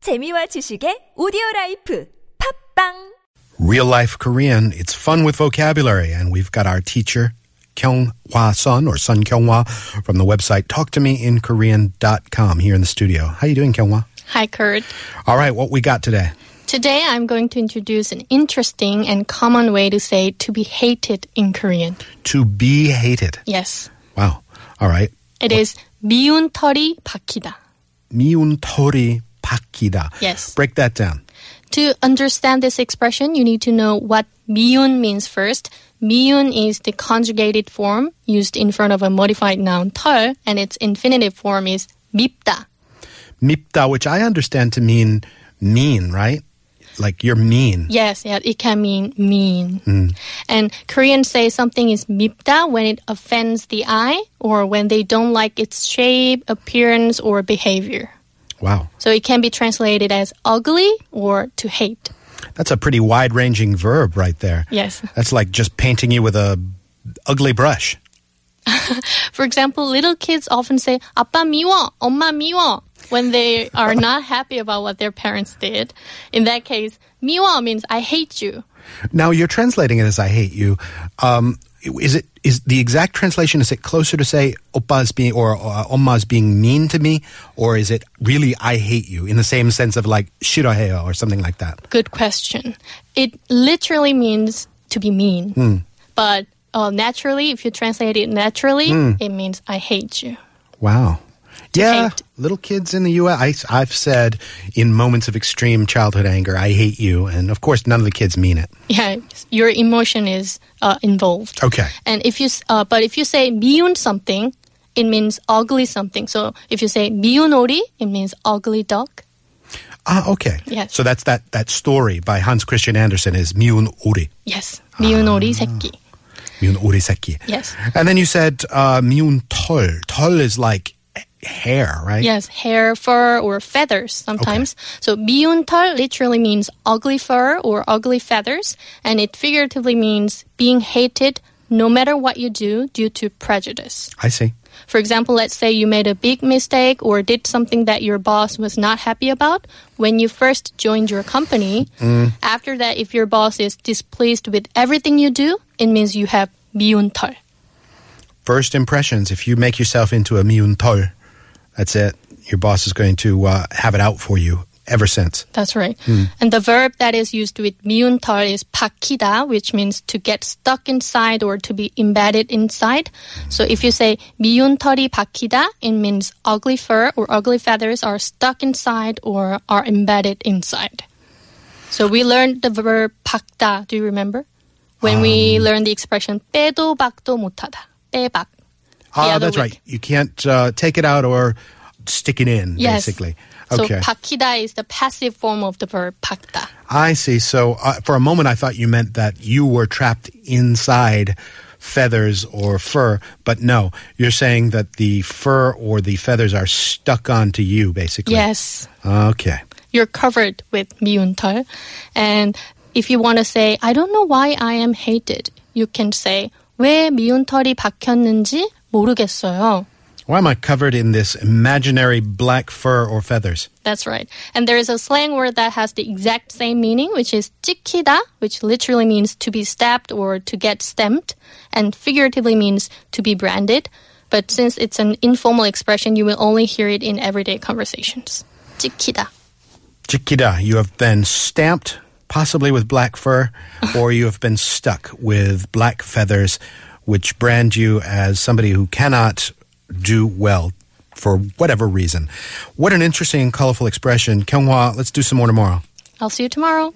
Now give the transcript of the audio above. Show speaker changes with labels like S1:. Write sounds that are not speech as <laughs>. S1: 재미와 지식의 오디오 라이프 팝빵
S2: Real Life Korean. It's fun with vocabulary, and we've got our teacher, Kyung Hwa Sun, or Sun Kyung Hwa, from the website talktomeinkorean.com here in the studio. How you doing, Kyung Hwa?
S3: Hi, Kurt.
S2: All right, what we got today?
S3: Today I'm going to introduce an interesting and common way to say to be hated in Korean.
S2: To be hated.
S3: Yes,
S2: Wow. All right.
S3: it is 미운 털이 박히다.
S2: 미운 털이 박히다.
S3: Yes.
S2: Break that down.
S3: To understand this expression, you need to know what 미운 means first. 미운 is the conjugated form used in front of a modified noun 털, and its infinitive form is 밉다.
S2: 밉다, which I understand to mean mean, right? Like you're mean.
S3: Yes, yeah, it can mean mean. And Koreans say something is mipda when it offends the eye or when they don't like its shape, appearance, or behavior.
S2: Wow.
S3: So it can be translated as ugly or to hate.
S2: That's a pretty wide ranging verb right there.
S3: Yes.
S2: That's like just painting you with a ugly brush.
S3: For example, little kids often say 아빠 미워, 엄마 미워 when they are not happy about what their parents did. In that case, 미워 means I hate you.
S2: Now you're translating it as "I hate you." Um, is it is the exact translation? Is it closer to say "oppa's being" or uh, "omma's being mean to me," or is it really "I hate you" in the same sense of like "shiroheo" or something like that?
S3: Good question. It literally means to be mean. But uh, naturally, if you translate it naturally, it means I hate you. <laughs>
S2: Wow. Yeah,
S3: hate.
S2: little kids in the U.S. I, have said in moments of extreme childhood anger, "I hate you," and of course, none of the kids mean it.
S3: Yeah, your emotion is uh, involved.
S2: Okay.
S3: And if you, s- uh, but if you say 미운 something, it means ugly something. So if you say 미운 오리, it means ugly dog.
S2: Ah, okay.
S3: Yes.
S2: So that's that that story by Hans Christian Andersen is "미운 오리."
S3: Yes, 미운 오리 새끼.
S2: 미운 오리새끼.
S3: Yes.
S2: And then you said uh, 미운 털. 털 is like h- hair, right?
S3: Yes, hair, fur, or feathers sometimes. So 미운 털 literally means ugly fur or ugly feathers, and it figuratively means being hated no matter what you do due to prejudice.
S2: I see.
S3: For example, let's say you made a big mistake or did something that your boss was not happy about when you first joined your company. After that, if your boss is displeased with everything you do, it means you have 미운 털.
S2: First impressions. If you make yourself into a 미운 털, that's it. Your boss is going to uh, have it out for you ever since.
S3: That's right. And the verb that is used with miuntal is pakida, which means to get stuck inside or to be embedded inside. So if you say miuntal이 pakida, it means ugly fur or ugly feathers are stuck inside or are embedded inside. So we learned the verb pakda. Do you remember? When we learned the expression 빼도 박도 못하다. 빼박.
S2: Ah,
S3: other
S2: that's
S3: week.
S2: right. You can't uh, take it out or stick it in,
S3: Yes.
S2: basically.
S3: So
S2: Okay.
S3: pakida is the passive form of the verb pakda.
S2: I see. So uh, for a moment, I thought you meant that you were trapped inside feathers or fur, but no, you're saying that the fur or the feathers are stuck onto you, basically.
S3: Yes.
S2: Okay.
S3: you're covered with miuntal. And if you want to say, I don't know why I am hated, you can say, 왜 미운털이 박혔는지 모르겠어요.
S2: Why am I covered in this imaginary black fur or feathers?
S3: That's right. And there is a slang word that has the exact same meaning, which is 찍히다, which literally means to be stabbed or to get stamped, and figuratively means to be branded. But since it's an informal expression, you will only hear it in everyday conversations. 찍히다.
S2: Chiquita, you have been stamped, possibly with black fur, or you have been stuck with black feathers, which brand you as somebody who cannot do well for whatever reason. What an interesting and colorful expression. Kyunghwa, let's do some more tomorrow.
S3: I'll see you tomorrow.